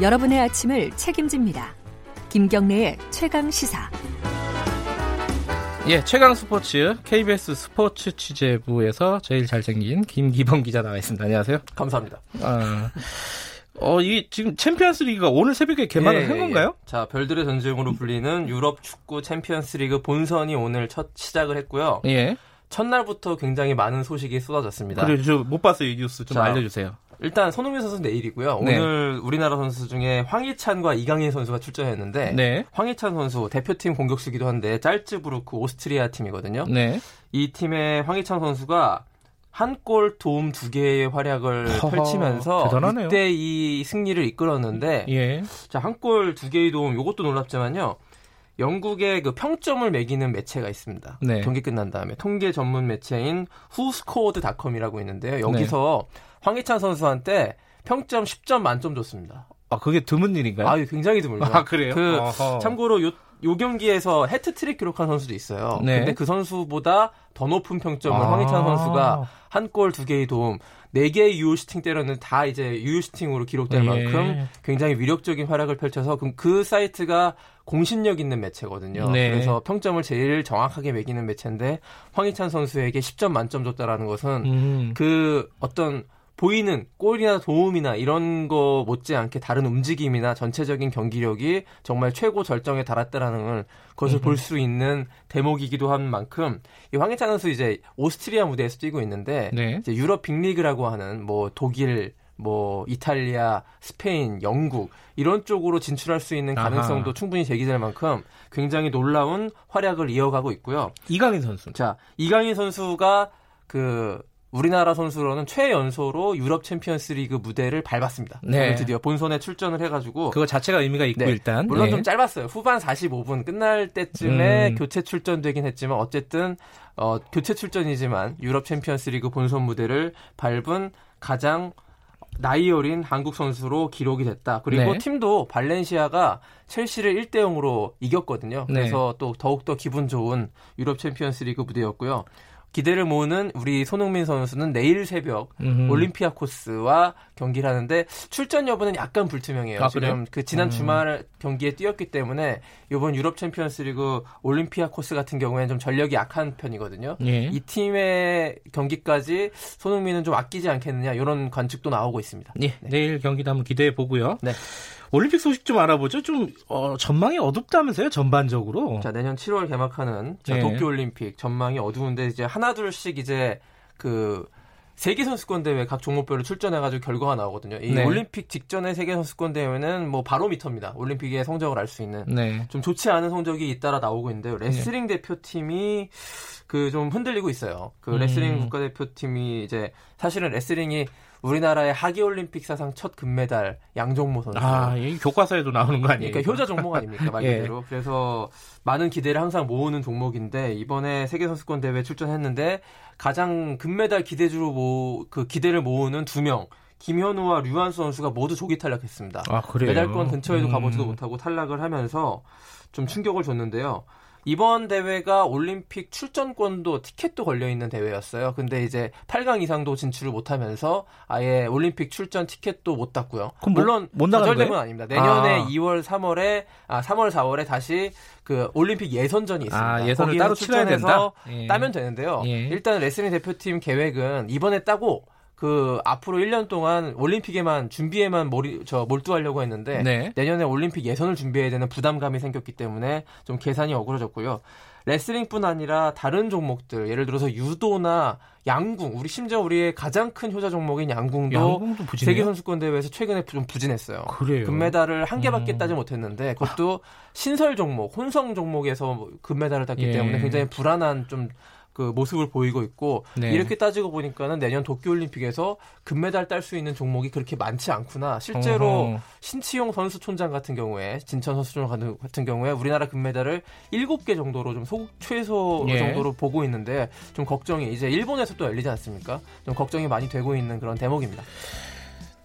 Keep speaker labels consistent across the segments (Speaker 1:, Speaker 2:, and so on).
Speaker 1: 여러분의 아침을 책임집니다. 김경래의 최강 시사.
Speaker 2: 예, 최강 스포츠 KBS 스포츠 취재부에서 제일 잘생긴 김기범 기자 나와 있습니다. 안녕하세요.
Speaker 3: 감사합니다.
Speaker 2: 아, 어, 이 지금 챔피언스리그가 오늘 새벽에 개막을
Speaker 3: 예,
Speaker 2: 네, 한
Speaker 3: 예,
Speaker 2: 건가요?
Speaker 3: 예. 자, 별들의 전쟁으로 불리는 유럽 축구 챔피언스리그 본선이 오늘 첫 시작을 했고요.
Speaker 2: 예.
Speaker 3: 첫날부터 굉장히 많은 소식이 쏟아졌습니다.
Speaker 2: 그래 저못 봤어요 이 뉴스 좀
Speaker 3: 자,
Speaker 2: 알려주세요.
Speaker 3: 일단 손흥민 선수 내일이고요.
Speaker 2: 네.
Speaker 3: 오늘 우리나라 선수 중에 황희찬과 이강인 선수가 출전했는데
Speaker 2: 네,
Speaker 3: 황희찬 선수 대표팀 공격수기도 한데 짤츠부르크 오스트리아 팀이거든요.
Speaker 2: 네.
Speaker 3: 이 팀의 황희찬 선수가 한 골 도움 두 개의 활약을
Speaker 2: 허허,
Speaker 3: 펼치면서
Speaker 2: 대단하네요.
Speaker 3: 6대2 승리를 이끌었는데
Speaker 2: 예,
Speaker 3: 자, 한 골 두 개의 도움, 이것도 놀랍지만요. 영국의 그 평점을 매기는 매체가 있습니다.
Speaker 2: 네.
Speaker 3: 경기 끝난 다음에 통계 전문 매체인 후스코어드닷컴이라고 있는데요. 여기서
Speaker 2: 네.
Speaker 3: 황희찬 선수한테 평점 10점 만점 줬습니다.
Speaker 2: 아 그게 드문 일인가요?
Speaker 3: 아, 이거 굉장히 드물죠.
Speaker 2: 아, 그래요?
Speaker 3: 그
Speaker 2: 어허.
Speaker 3: 참고로 요, 요 경기에서 해트트릭 기록한 선수도 있어요.
Speaker 2: 네.
Speaker 3: 근데 그 선수보다 더 높은 평점을
Speaker 2: 아.
Speaker 3: 황희찬 선수가 한 골 두 개의 도움, 네 개의 유효슈팅 때로는 다 이제 유효슈팅으로 기록될
Speaker 2: 예.
Speaker 3: 만큼 굉장히 위력적인 활약을 펼쳐서 그, 그 사이트가 공신력 있는 매체거든요.
Speaker 2: 네.
Speaker 3: 그래서 평점을 제일 정확하게 매기는 매체인데 황희찬 선수에게 10점 만점 줬다라는 것은
Speaker 2: 음,
Speaker 3: 그 어떤 보이는 골이나 도움이나 이런 거 못지않게 다른 움직임이나 전체적인 경기력이 정말 최고 절정에 달았다라는 걸
Speaker 2: 음.
Speaker 3: 그것을 볼 수 있는 대목이기도 한 만큼 이 황희찬 선수 이제 오스트리아 무대에서 뛰고 있는데
Speaker 2: 네.
Speaker 3: 이제 유럽 빅리그라고 하는 뭐 독일 뭐 이탈리아, 스페인, 영국 이런 쪽으로 진출할 수 있는
Speaker 2: 아하.
Speaker 3: 가능성도 충분히 제기될 만큼 굉장히 놀라운 활약을 이어가고 있고요.
Speaker 2: 이강인 선수.
Speaker 3: 자, 이강인 선수가 그 우리나라 선수로는 최연소로 유럽 챔피언스 리그 무대를 밟았습니다.
Speaker 2: 네.
Speaker 3: 오늘 드디어 본선에 출전을 해가지고.
Speaker 2: 그거 자체가 의미가 있고
Speaker 3: 네,
Speaker 2: 일단.
Speaker 3: 물론
Speaker 2: 예.
Speaker 3: 좀 짧았어요. 후반 45분 끝날 때쯤에
Speaker 2: 음.
Speaker 3: 교체 출전되긴 했지만 어쨌든 어, 교체 출전이지만 유럽 챔피언스리그 본선 무대를 밟은 가장 나이 어린 한국 선수로 기록이 됐다. 그리고
Speaker 2: 네.
Speaker 3: 팀도 발렌시아가 첼시를 1대 0으로 이겼거든요.
Speaker 2: 네.
Speaker 3: 그래서 또 더욱더 기분 좋은 유럽 챔피언스리그 무대였고요. 기대를 모으는 우리 손흥민 선수는 내일 새벽
Speaker 2: 음.
Speaker 3: 올림피아 코스와 경기를 하는데 출전 여부는 약간 불투명해요.
Speaker 2: 아, 그래요?
Speaker 3: 지금 그 지난 주말 경기에 뛰었기 때문에 이번 유럽 챔피언스리그 올림피아 코스 같은 경우에는 좀 전력이 약한 편이거든요.
Speaker 2: 예.
Speaker 3: 이 팀의 경기까지 손흥민은 좀 아끼지 않겠느냐 이런 관측도 나오고 있습니다.
Speaker 2: 예, 내일 경기도 한번 기대해 보고요.
Speaker 3: 네.
Speaker 2: 올림픽 소식 좀 알아보죠. 좀 어, 전망이 어둡다면서요, 전반적으로.
Speaker 3: 자 내년 7월 개막하는 자,
Speaker 2: 네.
Speaker 3: 도쿄 올림픽 전망이 어두운데 이제 하나 둘씩 이제 그 세계 선수권 대회 각 종목별로 출전해가지고 결과가 나오거든요. 이
Speaker 2: 네.
Speaker 3: 올림픽 직전의 세계 선수권 대회는 뭐 바로미터입니다. 올림픽의 성적을 알 수 있는
Speaker 2: 네.
Speaker 3: 좀 좋지 않은 성적이 잇따라 나오고 있는데요. 레슬링 대표팀이 그 좀 흔들리고 있어요. 그
Speaker 2: 음.
Speaker 3: 레슬링 국가대표팀이 이제 사실은 레슬링이 우리나라의 하계 올림픽 사상 첫 금메달 양종모 선수.
Speaker 2: 아, 이 교과서에도 나오는 거 아니에요?
Speaker 3: 그러니까 효자 종목 아닙니까 말
Speaker 2: 예.
Speaker 3: 그대로. 그래서 많은 기대를 항상 모으는 종목인데 이번에 세계 선수권 대회 출전했는데 가장 금메달 기대주로 모, 그 기대를 모으는 두 명. 김현우와 류한수 선수가 모두 조기 탈락했습니다.
Speaker 2: 아, 그래요?
Speaker 3: 메달권 근처에도
Speaker 2: 음.
Speaker 3: 가보지도 못하고 탈락을 하면서 좀 충격을 줬는데요. 이번 대회가 올림픽 출전권도 티켓도 걸려있는 대회였어요. 근데 이제 8강 이상도 진출을 못하면서 아예 올림픽 출전 티켓도 못 땄고요.
Speaker 2: 그럼 뭐-
Speaker 3: 물론
Speaker 2: 못 나가는
Speaker 3: 좌절됨은
Speaker 2: 거예요?
Speaker 3: 아닙니다. 내년에
Speaker 2: 아.
Speaker 3: 2월, 3월에 아 3월, 4월에 다시 그 올림픽 예선전이 있습니다.
Speaker 2: 아, 예선을
Speaker 3: 거기에서
Speaker 2: 따로 치러야
Speaker 3: 출전해서
Speaker 2: 된다? 예.
Speaker 3: 따면 되는데요.
Speaker 2: 예.
Speaker 3: 일단 레슬링 대표팀 계획은 이번에 따고 그 앞으로 1년 동안 올림픽에만 준비에만 몰이, 저 몰두하려고 했는데
Speaker 2: 네.
Speaker 3: 내년에 올림픽 예선을 준비해야 되는 부담감이 생겼기 때문에 좀 계산이 어그러졌고요. 레슬링뿐 아니라 다른 종목들 예를 들어서 유도나 양궁 우리 심지어 우리의 가장 큰 효자 종목인 양궁도
Speaker 2: 양궁도 부진해요?
Speaker 3: 세계 선수권 대회에서 최근에 좀 부진했어요.
Speaker 2: 그래요.
Speaker 3: 금메달을 한 개밖에
Speaker 2: 음.
Speaker 3: 따지 못했는데 그것도 신설 종목, 혼성 종목에서 뭐 금메달을 땄기
Speaker 2: 예.
Speaker 3: 때문에 굉장히 불안한 좀 그 모습을 보이고 있고
Speaker 2: 네.
Speaker 3: 이렇게 따지고 보니까는 내년 도쿄올림픽에서 금메달 딸 수 있는 종목이 그렇게 많지 않구나. 실제로
Speaker 2: 어허.
Speaker 3: 신치용 선수촌장 같은 경우에 진천 선수촌장 같은 경우에 우리나라 금메달을 7개 정도로 좀 소, 최소
Speaker 2: 예.
Speaker 3: 정도로 보고 있는데 좀 걱정이 이제 일본에서 또 열리지 않습니까? 좀 걱정이 많이 되고 있는 그런 대목입니다.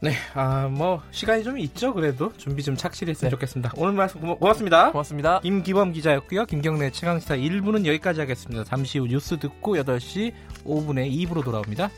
Speaker 2: 네, 아, 뭐, 시간이 좀 있죠, 그래도. 준비 좀 착실히 했으면
Speaker 3: 네.
Speaker 2: 좋겠습니다. 오늘 말씀 고마, 고맙습니다.
Speaker 3: 고맙습니다.
Speaker 2: 김기범 기자였고요. 김경래 최강시사 1부는 여기까지 하겠습니다. 잠시 후 뉴스 듣고 8시 5분에 2부로 돌아옵니다.